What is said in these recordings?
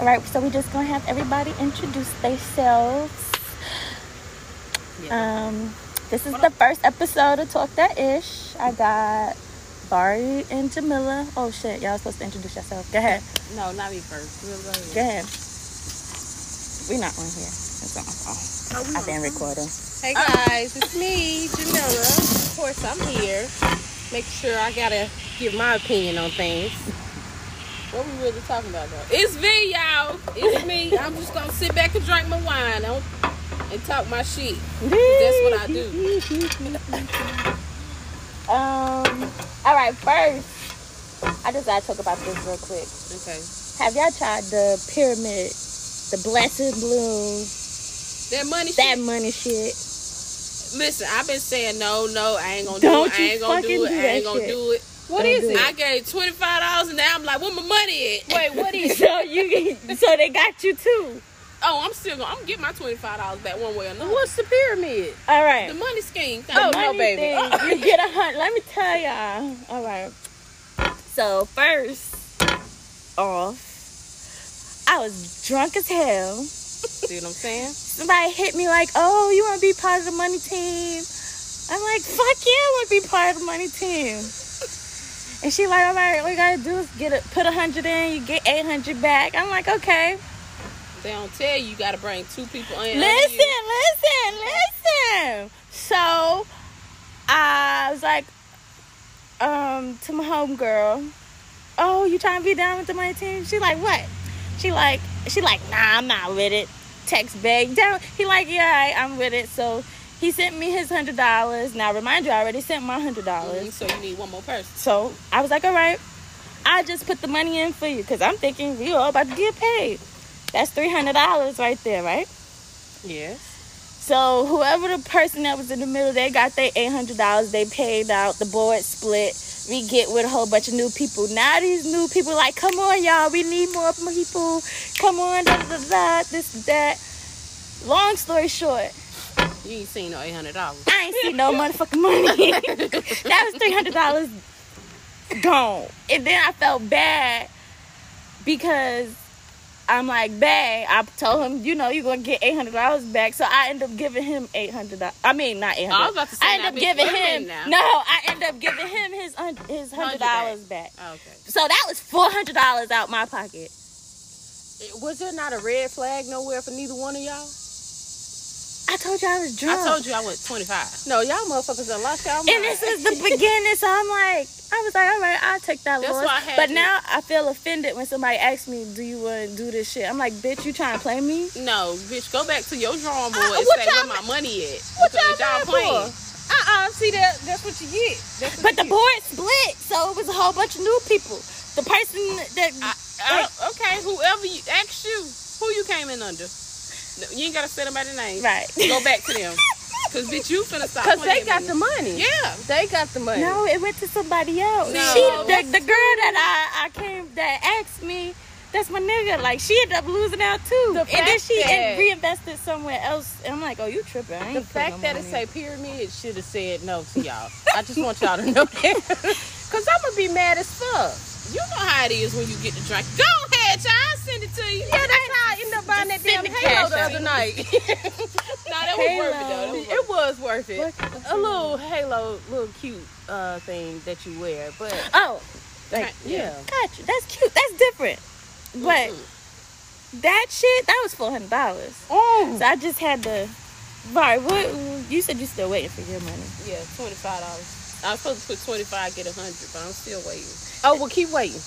All right, so we just gonna have everybody introduce themselves. Um, this is the first episode of Talk That Ish. I got Bari and Jamila. Oh shit, y'all supposed to introduce yourself. Go ahead. No, not me first. We'll go ahead. Go ahead. We not on here. It's on my phone. I've been recording. Hey guys, it's me, Jamila. Of course, I'm here. Make sure I gotta give my opinion on things. What we really talking about though? It's V, y'all. It's me. I'm just gonna sit back and drink my wine don't- and talk my shit. That's what I do. Um. All right, first, I just gotta talk about this real quick. Okay. Have y'all tried the pyramid, the blessed balloon, That money shit. that money shit? Listen, I've been saying no, no. I ain't gonna Don't do it. I you ain't gonna do fucking it. do I that ain't gonna shit. do it. What Don't is do it. I gave twenty five dollars and now I'm like, where my money at? Wait, what so you, so they got you too. Oh, I'm still gonna. I'm gonna get my twenty five dollars back one way or another. What's the pyramid? All right. The money scheme. Thing. The Oh, no, money baby. thing, you get a hundred. Let me tell y'all. All right. So first off, I was drunk as hell. See what I'm saying? somebody hit me like, "Oh, you want to be part of the money team?" I'm like, "Fuck yeah, I want to be part of the money team." And she like, "All right, all you gotta do is get a, put a hundred in, you get eight hundred back." I'm like, "Okay, They don't tell you you gotta bring two people in. listen, You. listen, listen." So I was like, um, to my homegirl, "Oh, you trying to be down with the money team?" She like, "What?" She like, she like, "Nah, I'm not with it." Text back down. He like, "Yeah, all right, I'm with it." So he sent me his hundred dollars. Now, remind you, I already sent my hundred dollars. Mhm, So you need one more person. So I was like, "All right, I just put the money in for you," because I'm thinking we all about to get paid. That's three hundred dollars right there, right? Yes. So whoever the person that was in the middle, they got their eight hundred dollars. They paid out. The board split. We get with a whole bunch of new people. Now these new people like, come on, y'all. We need more people. Come on, da da da. da this that. Long story short, You ain't seen no eight hundred dollars. I ain't see no motherfucking money. that was three hundred dollars gone. And then I felt bad because I'm like, babe, I told him, you know, you're gonna get eight hundred dollars back. So I end up giving him eight hundred dollars. I mean, not eight hundred. Oh, I was about to say, I end now, up bitch, giving wait a minute him. now. No, I end up giving him his un- his hundred dollars back. Oh, Okay. So that was four hundred dollars out my pocket. Was there not a red flag nowhere for neither one of y'all? I told you I was drunk. I told you I was twenty five. No, y'all motherfuckers done lost y'all mind. And this is the beginning, so I'm like, I was like, all right, I'll take that That's loss. why I had but you- now I feel offended when somebody asks me, do you want to do this shit? I'm like, bitch, you trying to play me? No, bitch, go back to your drawing board Uh, and what say y'all where my money at. what Because y'all, playing for? Uh-uh, see that? That's what you get. That's what But the you get. board split, so it was a whole bunch of new people. The person that I, I, Oh, okay, whoever you ask you, who you came in under. No, you ain't gotta say nobody's name. right, Go back to them. Cause bitch, you finna stop. Cause playing they got me. the money. Yeah. They got the money. no, it went to somebody else. No. She, the, the girl that I, I came that asked me, that's my nigga. Like she ended up losing out too, The and then fact she that- reinvested somewhere else. And I'm like, oh, you tripping? I ain't The put fact no that it money. say pyramid should have said no to y'all. I just want y'all to know that. Cause I'ma be mad as fuck. You know how it is when you get the drink. Go ahead, y'all. I'll send it to you. Yeah, that's how I ended up buying that Send damn the cash Halo the out. other night. No, that was worth it Halo. though. That was worth It was worth it. What? A little halo, little cute uh, thing that you wear, but oh, it. like yeah. Gotcha. That's cute. That's different. But Mm-mm. Mm-hmm. that shit, that was four hundred dollars. Mm. So I just had to. Bari, what you said? You still waiting for your money? Yeah, twenty five dollars. I was supposed to put twenty five, get a hundred, but I'm still waiting. Oh, well, keep waiting.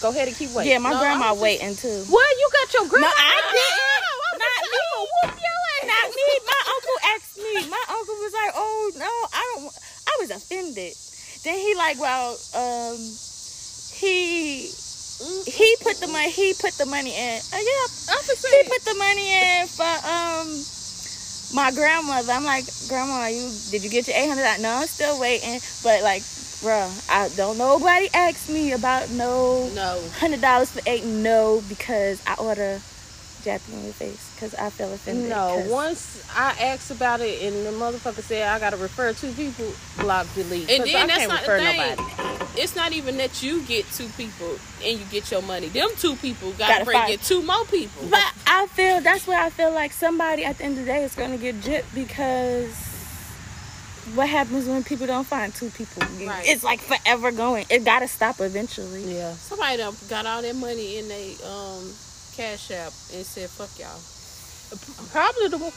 Go ahead and keep waiting. yeah, my no, grandma I'm just- waiting too. Well, you got your grandma. No, I didn't. Not me. Whoop your Not me. My uncle asked me. My uncle was like, "Oh no, I don't." wa- I was offended. Then he like, well, um, he he put the money. He put the money in. Uh, yeah, I'm just She saying. put the money in for um my grandmother. I'm like, grandma, you did you get your eight hundred? No, I'm still waiting. But like, bruh, I don't nobody asked me about no No. hundred dollars for eight. No, because I order yapping in your face because I feel offended. No, 'cause- once I asked about it and the motherfucker said I gotta refer two people, block, delete. And 'Cause then I that's can't not the refer thing. nobody. It's not even that you get two people and you get your money. Them two people Gotta gotta bring fight. in two more people. But I feel that's where I feel like somebody at the end of the day is gonna get gypped because what happens when people don't find two people? Right. It's like forever going. It gotta stop eventually. Yeah. Somebody done got all their money in they um cash app and said, "Fuck y'all." Probably the one-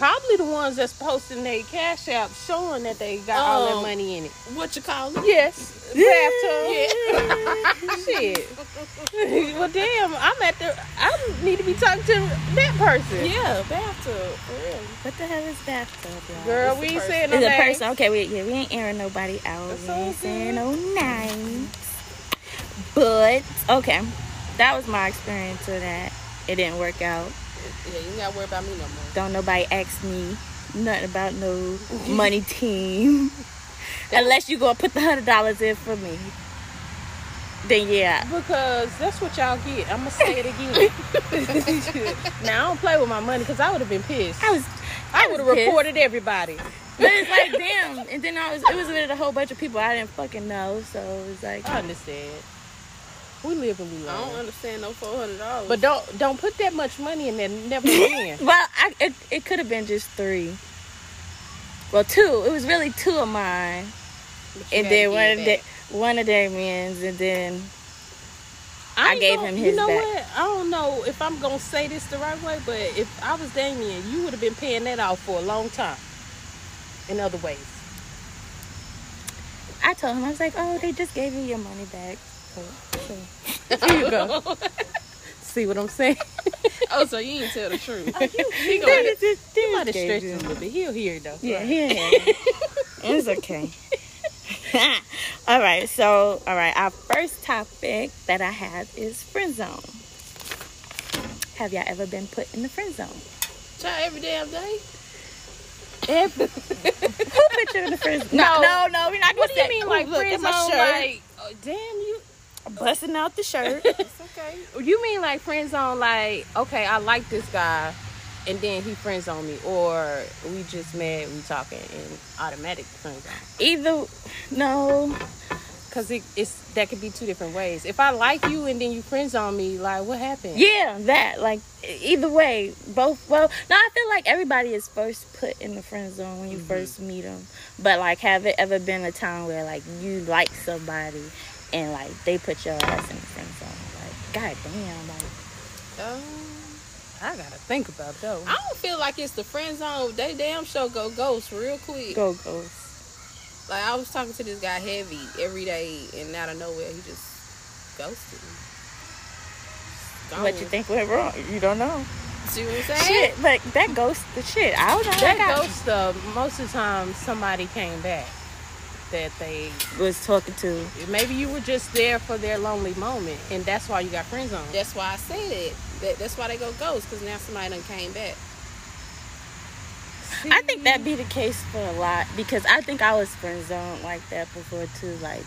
probably the ones that's posting their cash app showing that they got all Oh. Um, their money in it. What you call it? Yes. Yeah. Bathtub. Shit. well damn, I'm at the I need to be talking to that person. Yeah, bathtub. For real. What the hell is bathtub, y'all? Girl, It's we the ain't person. saying no Is a name. person okay? We yeah, we ain't airing nobody out. That's we ain't all saying no names. But okay, that was my experience with that. It didn't work out. Yeah, you ain't gotta worry about me no more. Don't nobody ask me nothing about no money team. Unless you gonna put the hundred dollars in for me. Then yeah. Because that's what y'all get. I'm gonna say it again. now I don't play with my money because I would have been pissed. I was I would have pissed. reported everybody. but it's like damn and then I was it was with a whole bunch of people I didn't fucking know, so it was like I understand. We live and we I don't learn. understand no four hundred dollars. But don't don't put that much money in there never again. Well, I, it, it could have been just three. Well, two. It was really two of mine, and then one of the, one of Damien's, and then I ain't gave gonna- him You his know back. what? I don't know if I'm gonna say this the right way, but if I was Damien, you would have been paying that off for a long time. In other ways. I told him I was like, "Oh, they just gave you your money back." So, so. There you go. See what I'm saying? Oh, so you didn't tell the truth. They He gonna- just- they he might just have gave stretched you- it a little bit. He'll hear it though. Yeah, yeah. it's okay. all right, so all right, our first topic that I have is friend zone. Have y'all ever been put in the friend zone? Try every damn day. Every- Who put you in the friend zone? No, no, no, we're not gonna what do you say- mean, Ooh, like look at friend my zone? shirt. Like, oh, damn you. busting out the shirt. It's okay. You mean like friend zone? Like, okay, I like this guy, and then he friends on me, or we just met, we talking, and automatic friend zone. Either no, Cause it, it's that could be two different ways. If I like you and then you friends on me, like what happened? yeah, that like e- either way, both. Well, no, I feel like everybody is first put in the friend zone when you first meet them. But like, have it ever been a time where like you like somebody and like they put your ass in the friend zone? Like, goddamn, like Um, I gotta think about those. I don't feel like it's the friend zone. They damn sure go ghost real quick. go goes. Like I was talking to this guy heavy every day, and out of nowhere he just ghosted me. Gone. What you think went wrong? You don't know. See what I'm saying? Shit, but that goes the shit. I don't know. That ghost stuff. Most of the time, somebody came back. That they ghost was talking to. maybe you were just there for their lonely moment, and that's why you got friends on. That's why I said it. That, that's why they go ghost, because now somebody done came back. I think that'd be the case for a lot because I think I was friend zoned like that before too. Like,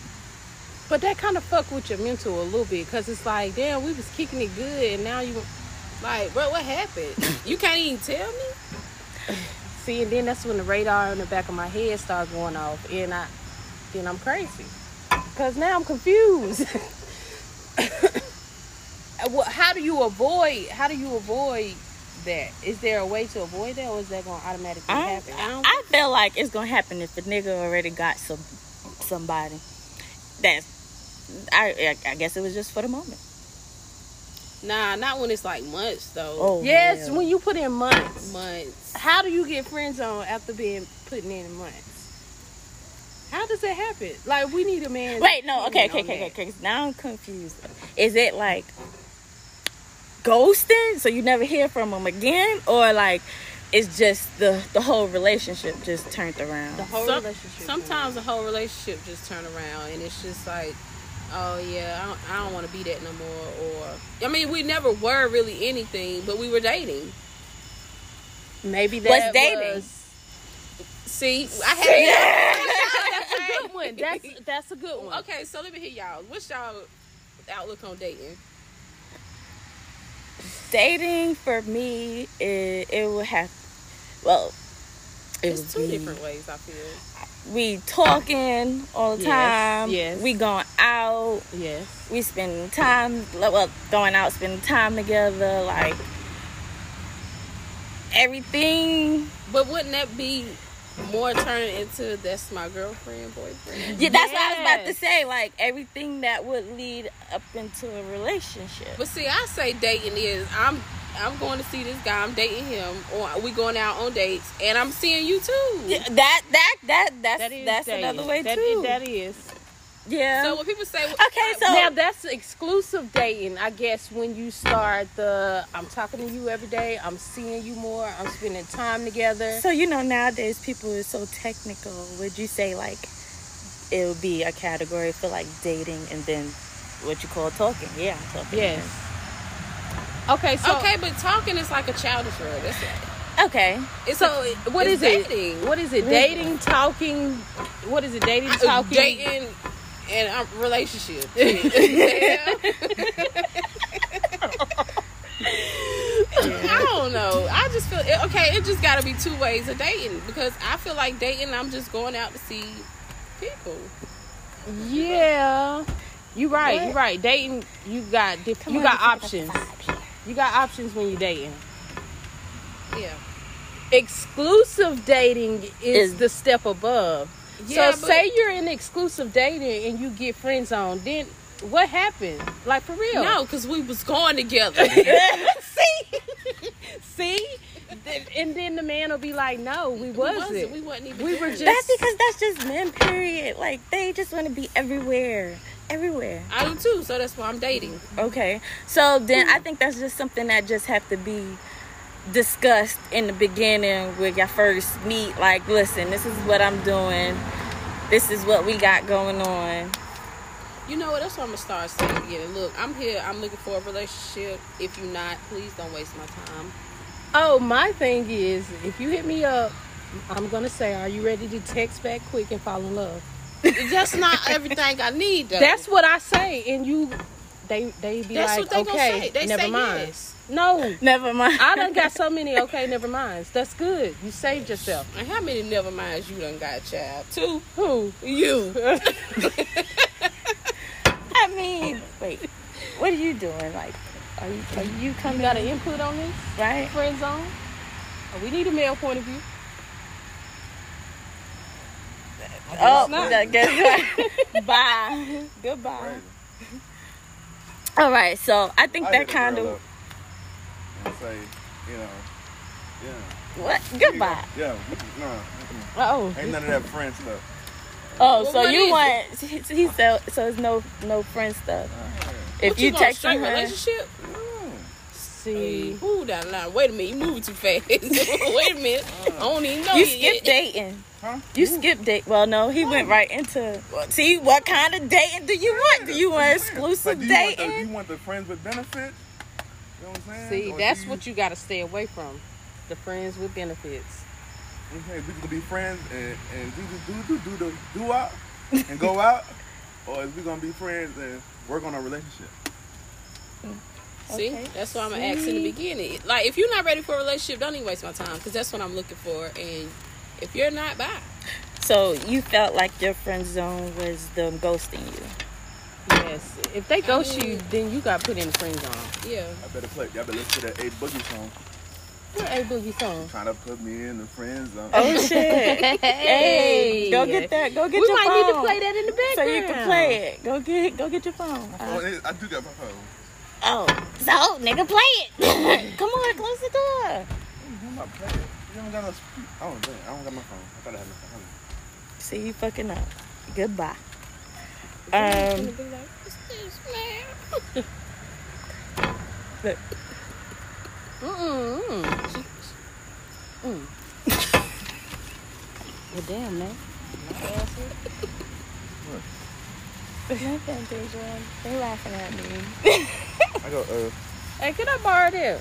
But that kind of fuck with your mental a little bit, cause it's like, damn, we was kicking it good, and now you Like, bro, what happened? you can't even tell me? see, and then that's when the radar in the back of my head starts going off, and I, then I'm crazy, cause now I'm confused. Uh, well, how do you avoid? How do you avoid that? Is there a way to avoid that, or is that going to automatically I, happen? I, feel like it's gonna happen if the nigga already got some somebody. That's I, I I guess it was just for the moment. Nah, not when it's like months, though. Oh yes, yeah. when you put in Oh. months. Months. How do you get friends on after being putting in months? How does that happen? Like we need a man. Wait, no, okay, okay, okay, okay, okay. 'cause Now I'm confused. Is it like ghosting, so you never hear from them again, or like it's just the the whole relationship just turned around? The whole Some- relationship. Sometimes the whole relationship just turn around, and it's just like, oh yeah, I don't, I don't want to be that no more. Or I mean, we never were really anything, but we were dating. maybe that What's dating? was- See, I had. That's a good one. That's that's a good one. Okay, so let me hear y'all. What's y'all outlook on dating? dating for me, it, it would have, well, it It's would two be- different ways. I feel. We talking all the Yes, time. yes. We going out. Yes. We spending time. Well, going out, spending time together. Like everything. But wouldn't that be more turned into that's my girlfriend, boyfriend? Yeah, that's what I was about to Yes. say. Like everything that would lead up into a relationship. But see, I say dating is I'm I'm going to see this guy. I'm dating him, or we going out on dates, and I'm seeing you too. Yeah, That that that that's That is that's dating. another way That too. is- that is. yeah. So when people say, Okay, so- now that's exclusive dating, I guess. When you start the, I'm talking to you every day. I'm seeing you more. I'm spending time together. So you know nowadays people are so technical. Would you say like it would be a category for like dating and then what you call talking? Yeah, talking. yes. Okay. So okay, but talking is like a childish word. That's it. Okay. It's So, a, what it's is it? dating. What is it? Dating, talking. What is it? Dating, talking. dating and um, relationship. Yeah. I don't know. I just feel it- okay. It just got to be two ways of dating because I feel like dating. I'm just going out to see people. Yeah. You right. You What? right. Dating. You got diff- you on, got let's options. You got options when you dating. Yeah. Exclusive dating is, Is- the step above. Yeah, so but- say you're in exclusive dating and you get friend zone, then what happened? Like for real? No, because we was going together. See, see, Th- and then the man will be like, "No, we wasn't. We wasn't even. We were there. just- That's because that's just men. Period. Like they just want to be everywhere, everywhere. I do too. So that's why I'm dating. Okay. So then I think that's just something that just have to be discussed in the beginning with y'all first meet. Like, listen, this is what I'm doing. This is what we got going on. You know what? That's what I'm gonna start saying again. Look, I'm here. I'm looking for a relationship. If you're not, please don't waste my time. Oh, my thing is, if you hit me up, I'm gonna say, "Are you ready to text back quick and fall in love?" That's not everything I need. Though. That's what I say, and you, they, they be That's like, what they gonna "Okay, say. They never say mind." yes. No, Never mind. I done got so many. Okay, never minds. That's good. You saved yourself. And how many never minds you done got, child? Two. Who? You. I mean, wait, what are you doing? Like, are you are you You coming got an input on this right? friend zone? Oh, We need a male point of view. Oh, not. that- guess what? Bye. Goodbye. All right, so I think that kind of And say, you know, yeah. what? here you go. Goodbye. Yeah, we- nah, mm-mm. Oh, ain't none of that French stuff. Oh, Well, so what is you it? want he, he said so it's no no friend stuff. If What you, going text straight him, relationship? Mm. see. Ooh, that line. Wait a minute, you moving too fast. Wait a minute, I don't even know you you skip yet. dating. Huh? You skip date. Well, no, he went right into. well, See, what kind of dating do you want? Do you want Like, exclusive do you want, the, you dating? want the friends with benefits? You know what I'm saying? See, that's what you got to stay away from. The friends with benefits. Okay, we gonna be friends and, and do do do do do the do out and go out, or is we gonna be friends and work on our relationship? See, Okay. that's why I'm gonna ask in the beginning. Like, if you're not ready for a relationship, don't even waste my time because that's what I'm looking for. And if you're not, bye. So you felt like your friend zone was them ghosting you. Yes. If they ghost you, mean- then you got put in the friend zone. Yeah. I better play. Y'all better listen to that A Boogie song. What a boogie song. Trying to put me in the friend zone. Oh shit! hey, go get that. Go get We your might phone. need to play that in the background. so you can play it. Go get go get your phone. Oh, it- I do got my phone. Uh, oh, so nigga, play it. Come on, close the door. I'm not playing. You don't got no. sp- Oh, damn, I don't got my phone. I thought I had my phone. See you fucking up. Goodbye. Somebody's Um, gonna be like, "What's this, man?" Mm-mm. mm. Mm. well, damn, man. nothing, Deja. They laughing at me. I go, uh, Hey, can I borrow that?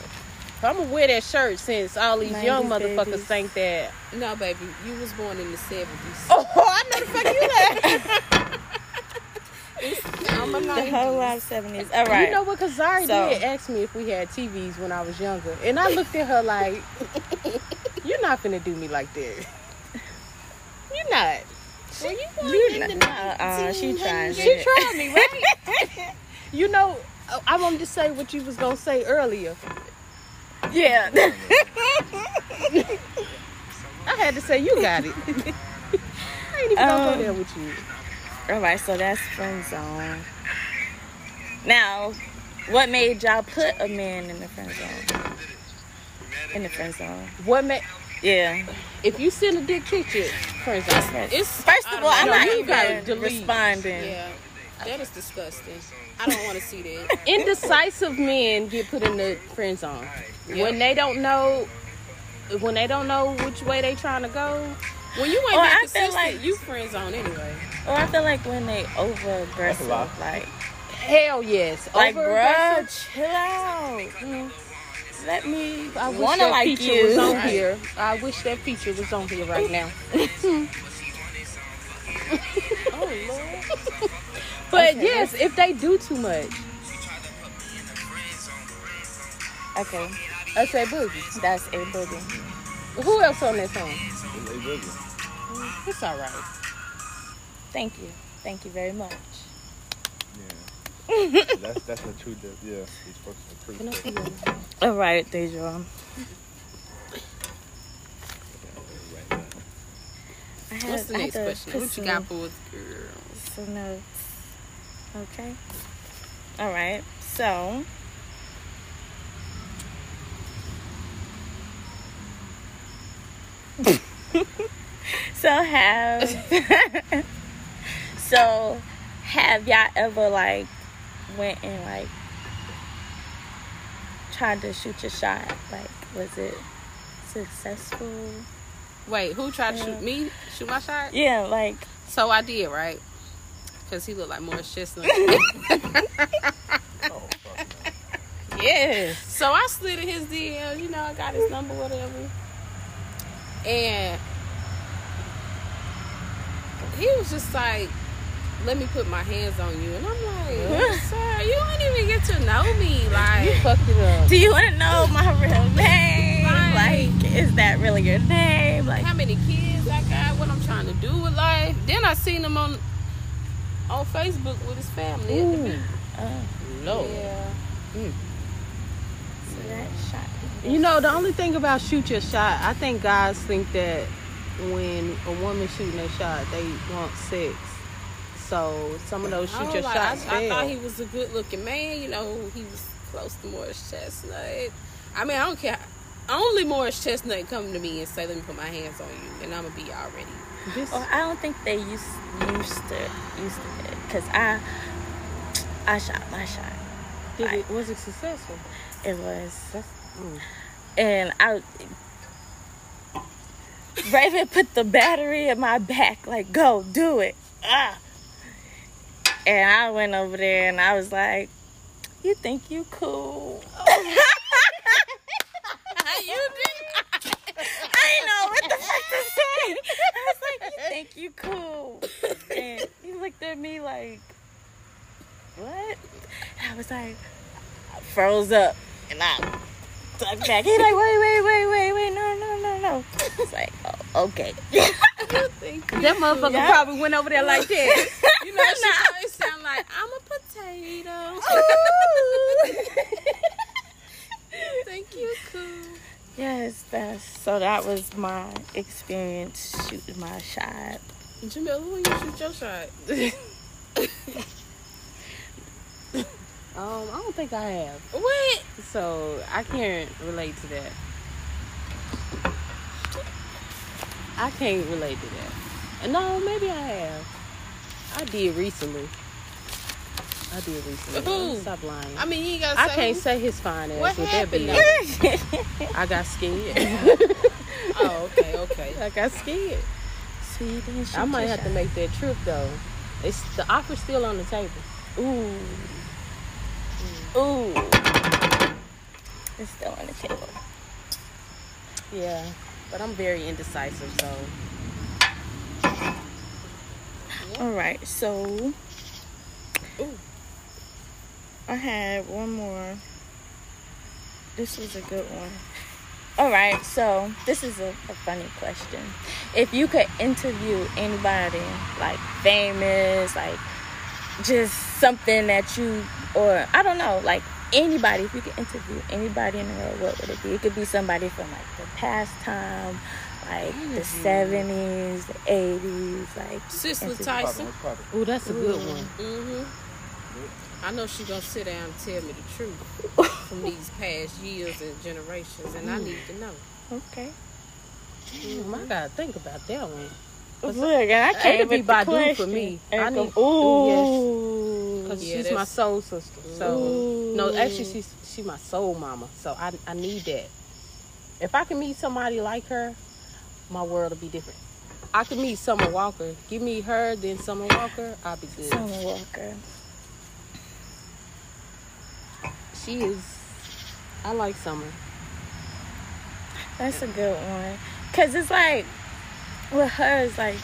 I'm gonna wear that shirt since all these young 90s motherfuckers babies. think that. No, baby, you was born in the seventies. Oh, I know the fuck you I I'm, I'm not The into whole this. life seventies. All right. You know what? Because Zari So- did ask me if we had TVs when I was younger. And I looked at her like, you're not going to do me like that. You're not. Well, you You born kn- in the uh-uh, she trying 1900s. shit. She tried me, right? you know, I- I wanted to say what you was going to say earlier. Yeah. I had to say, you got it. I ain't even going to Um, go there with you. All right. So that's friend zone. Now, what made y'all put a man in the friend zone? In the friend zone. What ma- Yeah. If you send a dick picture, friends, It's First of all, I'm know. not You gotta even delete. responding. Yeah, that is disgusting. I don't want to see that. indecisive men get put in the friend zone when they don't know when they don't know which way they trying to go. When you Oh, ain't Or that I feel consistent, like- you friend zone anyway. Or Oh, I feel like when they over That's a aggressive, lot. like, Hell yes, like, Over bruh, aggressive. chill out. Let me I wish wanna that like feature you. was on here. I wish that feature was on here right now. Oh, But Okay. yes, if they do too much, Okay, I say boogie. that's a boogie. Who else on that song? It's a good one. It's all right. Thank you. Thank you very much. Yeah. that's that's the truth. That, yeah, these folks are pretty. Cool. All right, Deja. I had- What's the I had next to question? put What you some- got for us, girl? some notes. Okay. All right. So. so have. so have y'all ever like went and like tried to shoot your shot? Like, was it successful? Wait, who tried to Yeah. shoot me? Shoot my shot? Yeah. Like. So I did, right? Because he looked like Morris Chestnut. Oh, fuck no. Yes. so I slid in his DM. You know, I got his number, whatever. And he was just like, "Let me put my hands on you," and I'm like, "Sir, you don't even get to know me, like." You fucked it up. Do you want to know my real name? Right. Like, is that really your name? Like, how many kids I got, what I'm trying to do with life. Then I seen him on on Facebook with his family. at the Ooh. beach. oh, Lord. Yeah. so that shot. You know, the only thing about shoot your shot, I think guys think that when a woman shooting their shot, they want sex. So some of those I shoot was your like, shots I, I thought he fail. was a good looking man. You know, he was close to Morris Chestnut. I mean, I don't care. Only Morris Chestnut come to me and say, "Let me put my hands on you," and I'm gonna be all ready. This- Well, I don't think they used used to used to it because I I shot my shot. did it, was it successful? It was, That's, mm. and I. Raven put the battery in my back. Like, go do it. Ah. And I went over there and I was like, "You think you cool?" you did. I didn't know what the fuck to say. I was like, you think you cool. And he looked at me like, what? And I was like, I froze up and I ducked back. He's like, wait, wait, wait, wait, wait, no, no, no, no. It's like, oh, okay. You think you That motherfucker Yeah. probably went over there like that. You know, she always sound like I'm a potato. Thank you, cool. yes, that's so that was my experience shooting my shot. Jamil, who you shoot your shot? um, I don't think I have. What? So I can't relate to that. I can't relate to that. No, maybe I have. I did recently. I did recently. Who? Stop lying. I mean, you ain't gotta I say. can't who. say his fine ass What with that happened, beat. I got scared. Oh, okay, okay. I got scared. So you didn't shoot I might your have to shot. make that trip though. It's the offer's still on the table. Ooh. Ooh. It's still on the table. Yeah. But I'm very indecisive, so All right, so I had one more. This was a good one. All right, so this is a, a funny question. If you could interview anybody, like famous, like just something that you, or I don't know, like anybody, if you could interview anybody in the world, what would it be? It could be somebody from like the past time, like the 70s, the 80s, like. Sister interview- Tyson. What's poppin'? Oh, that's a good one. Mm-hmm. I know she gonna sit down and tell me the truth from these past years and generations, and I Mm. need to know. Okay. Damn, I gotta think about that one. Look, and I can't It'd be with the Badu for question. me. And I go- need- ooh. Cause Yeah, she's my that's- soul sister. So no, Ooh. actually she's she my soul mama. So I I need that. If I can meet somebody like her, my world will be different. I could meet Summer Walker. Give me her, then Summer Walker, I'll be good. Summer Walker. She is. I like Summer. That's a good one. Cause it's like with her, it's like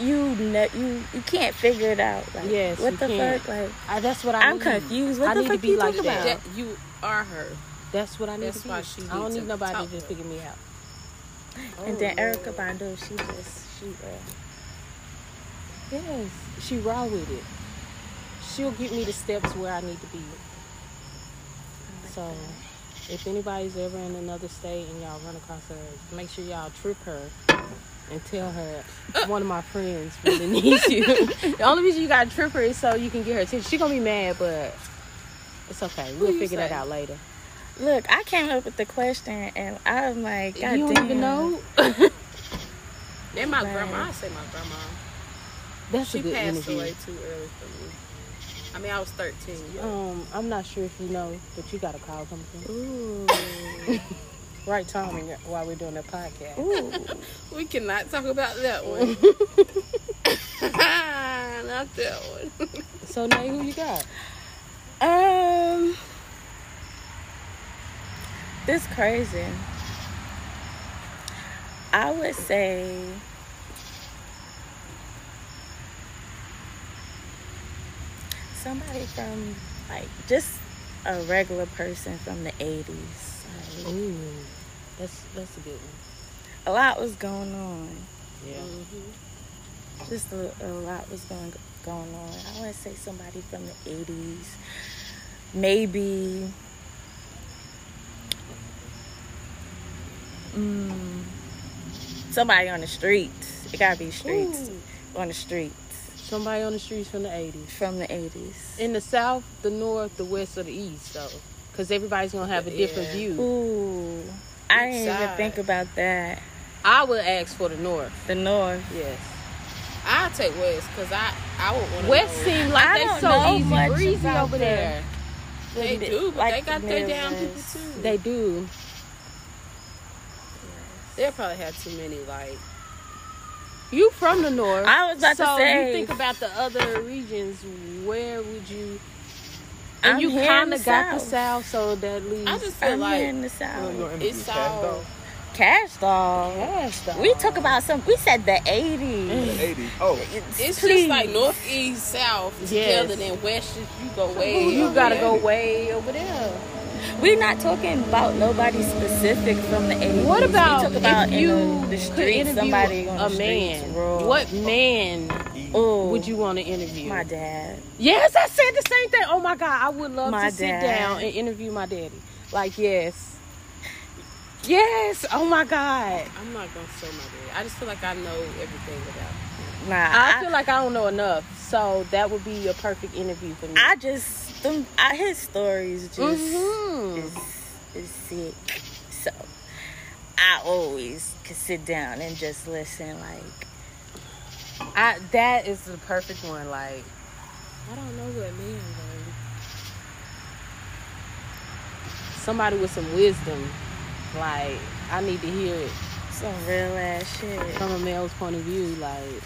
you ne- you you can't figure it out. Like, Yes, what you the can't. fuck? Like I, that's what I. I'm need. confused. What I the need fuck to be you like talking that. about? That you are her. That's what I need. That's to why be. she I don't needs need to nobody talk to to her. figure me out. Oh, and then Erica Badu, she just she uh, Yes, she raw with it. She'll get me the steps where I need to be. So, if anybody's ever in another state and y'all run across her, make sure y'all trip her and tell her one of my friends really needs you. the only reason you gotta trip her is so you can get her attention. She gonna be mad, but it's okay. We'll you figure that say? out later. look. I came up with the question, and I'm like, God you don't damn. even know. And my Right. grandma, I say my grandma. That's she a good passed interview. away too early for me. I mean, I was 13. Yeah. Um, I'm not sure if you know, but you gotta call something. Ooh, Right timing while we're doing the podcast. ooh. We cannot talk about that one. Not that one. So now who you got? um, this crazy. I would say. Somebody from like just a regular person from the eighties. Ooh, that's that's a good one. Mm-hmm. A lot was going on. Yeah. Just a, a lot was going going on. I would say somebody from the eighties. Maybe. Mm, somebody on the streets. It gotta be streets. On the streets. Somebody on the streets from the '80s, From the eighties. in the South, the North, the West, or the East, though, because everybody's gonna have a different Yeah. view. Ooh. I didn't even Inside. think about that. I would ask for the North. The North. Yes. I'll take West because I, I would want to West know. seems I like they don't so know easy much breezy about over the- there. They the- do, but like they the got their damn people Midwest. too. They do. They probably had too many like You from the North? I was about to so say. you think about the other regions. Where would you? And I'm you here in kind the of got the South. South, so that leaves. I just feel I'm here like in the South. it's all Cash doll. Cash doll. We talk about some. We said the eighties. Eighty. Oh, it's just like northeast, south Yes. together, then west you you go way. you over gotta there. go way over there. We're not talking about nobody specific from the eighties. What about, we talk about if you in the, the could street? interview Somebody on a the streets, man? rural. What man Ooh, would you want to interview? My dad. Yes, I said the same thing. Oh my God, I would love My to sit dad. down and interview my daddy. Like yes, yes. Oh my God, I'm not gonna say my dad. I just feel like I know everything about. him. Nah, I, I, feel like I don't know enough, so that would be a perfect interview for me. I just them. I, his stories just Mhm. is is sick. So I always could sit down and just listen. Like I that is the perfect one. Like I don't know what man though. somebody with some wisdom. Like I need to hear it some real ass shit. from a male's point of view. Like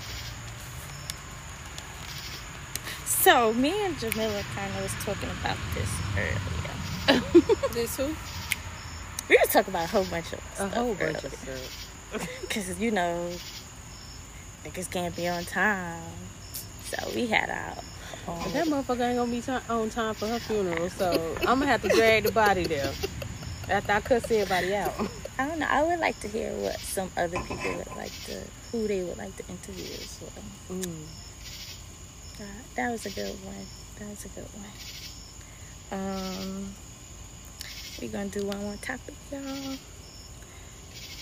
So me and Jamila kind of was talking about this earlier. This who? We were talking about a whole bunch of a stuff whole bunch of stuff. because you know niggas can't be on time. So we had our But that motherfucker ain't gonna be ti on time for her funeral, so I'm gonna have to drag the body there after I cuss everybody out. I don't know. I would like to hear what some other people would like to, who they would like to interview as well. Mm. Uh, that was a good one. That was a good one. Um, we gonna do one more topic, y'all.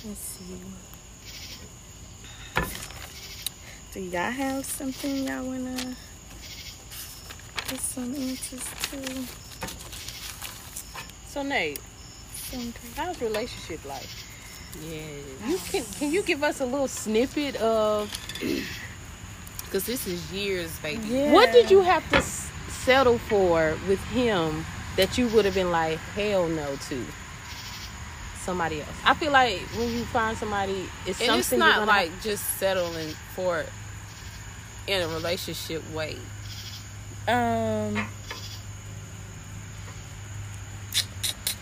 Let's see. Do y'all have something y'all wanna put some answers to? So Nate, Some how's relationship like? Yes. You can can you give us a little snippet of Because this is years, baby. Yeah. What did you have to s- settle for with him that you would have been like, hell no to? Somebody else. I feel like when you find somebody, it's And something it's you're not gonna like just settling for it in a relationship way. um.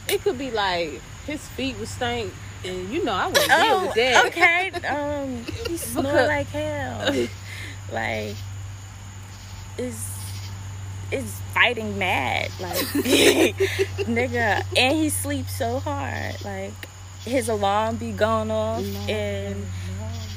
It could be like his feet was stank, and you know I wouldn't deal Oh, with that. okay. Um, you snore Because- like hell. Like, it's it's fighting mad. Like, nigga, and he sleeps so hard. Like, his alarm be gone off and.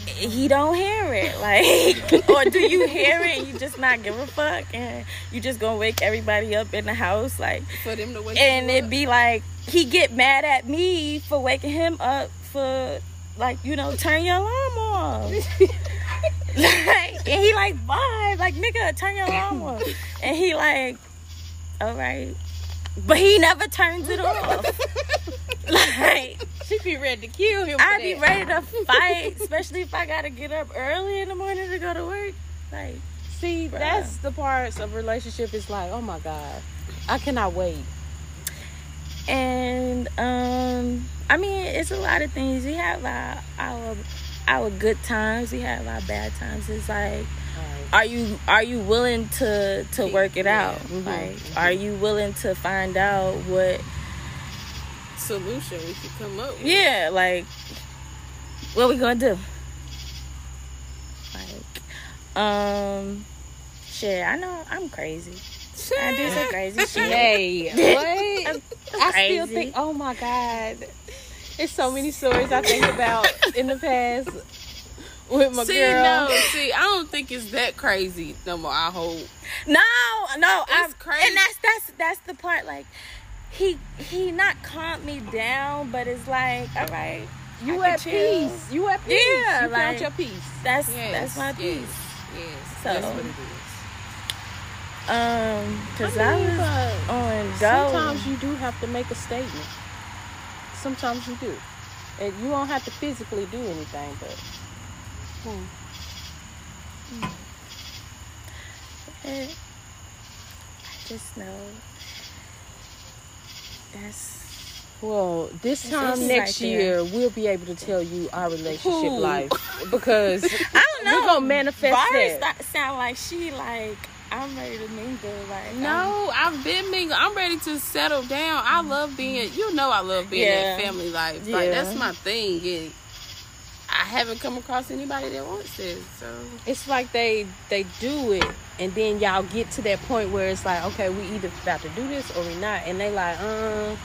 He don't hear it, like, or do you hear it? And you just not give a fuck, and you just gonna wake everybody up in the house, like, For them to wake and you it'd be like he get mad at me for waking him up for like you know turn your alarm off like, and he like why like nigga turn your alarm off and he like all right but he never turns it off like she be ready to kill him? for I'd be that. ready to fight especially if I gotta get up early in the morning to go to work like See, Bruh. that's the parts of relationship is like, oh my god, I cannot wait. and um i mean it's a lot of things we have our our our good times we have our bad times it's like are you are you willing to to work it out mhm, like are you willing to find out what up. solution we could come up with. yeah like what we gonna do like um shit i know i'm crazy i do some crazy shit Hey, what? I still crazy. think, oh my god, it's so many stories I think about in the past with my see, girl. no, see, I don't think it's that crazy no more. I hope. No, no, I'm It's crazy. And that's that's that's the part. Like he he not calmed me down, but it's like, all right, You I can at chill. peace. You at peace. Yeah, you like- found your peace. That's Yes, that's my yes, piece. Yes, So- that's what it is. Um, cause I, I mean, was but on go. sometimes you do have to make a statement. Sometimes you do, and you don't have to physically do anything, but I just know that's Well, this It's- it's time right next there. year, we'll be able to tell you our relationship life because I don't know. we're gonna manifest Vara that. sta- sound like she like I'm ready to mingle. Like I'm- No, I've been mingle. I'm ready to settle down. I love being, you know, I love being that Yeah. family life. Like Yeah. that's my thing. And I haven't come across anybody that wants this. So It's like they they do it, and then y'all get to that point where it's like, okay, we either about to do this or we not, and they like, uh, And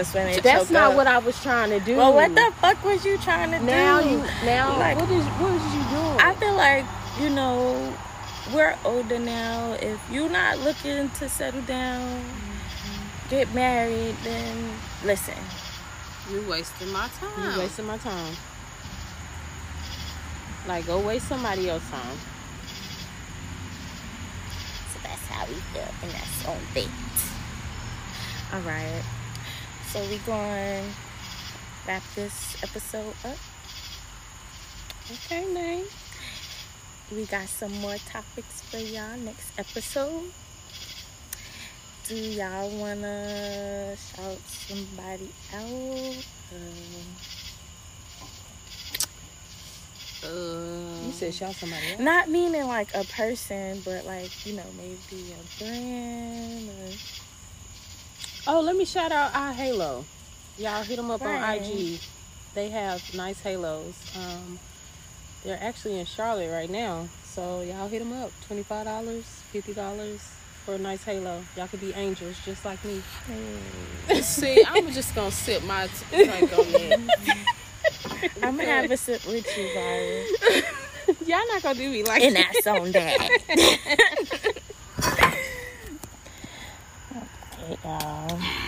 it's when they that's choke not up. what I was trying to do. Well, what the fuck was you trying to now do? you now Like- what is what is you doing? I feel like, you know, we're older now. If you're not looking to settle down, get married, then listen. you're wasting my time. You wasting my time. Like, go waste somebody else's time. So that's how we feel, and that's on date. All right. So we going to wrap this episode up. Okay, Nate. We got some more topics for y'all next episode. Do y'all wanna shout somebody out? Um, Uh, You said shout somebody else. not meaning like a person, but like you know maybe a brand. Or... Oh, let me shout out our Halo. Y'all hit them up on Right. IG. They have nice halos. Um, they're actually in Charlotte right now, So y'all hit them up. Twenty-five dollars, fifty dollars for a nice halo. Y'all could be angels just like me. See, I'm just gonna sip my t- drink on that. I'm gonna have a sip with you, Byron. Y'all not gonna do me like and that's on that. okay, y'all.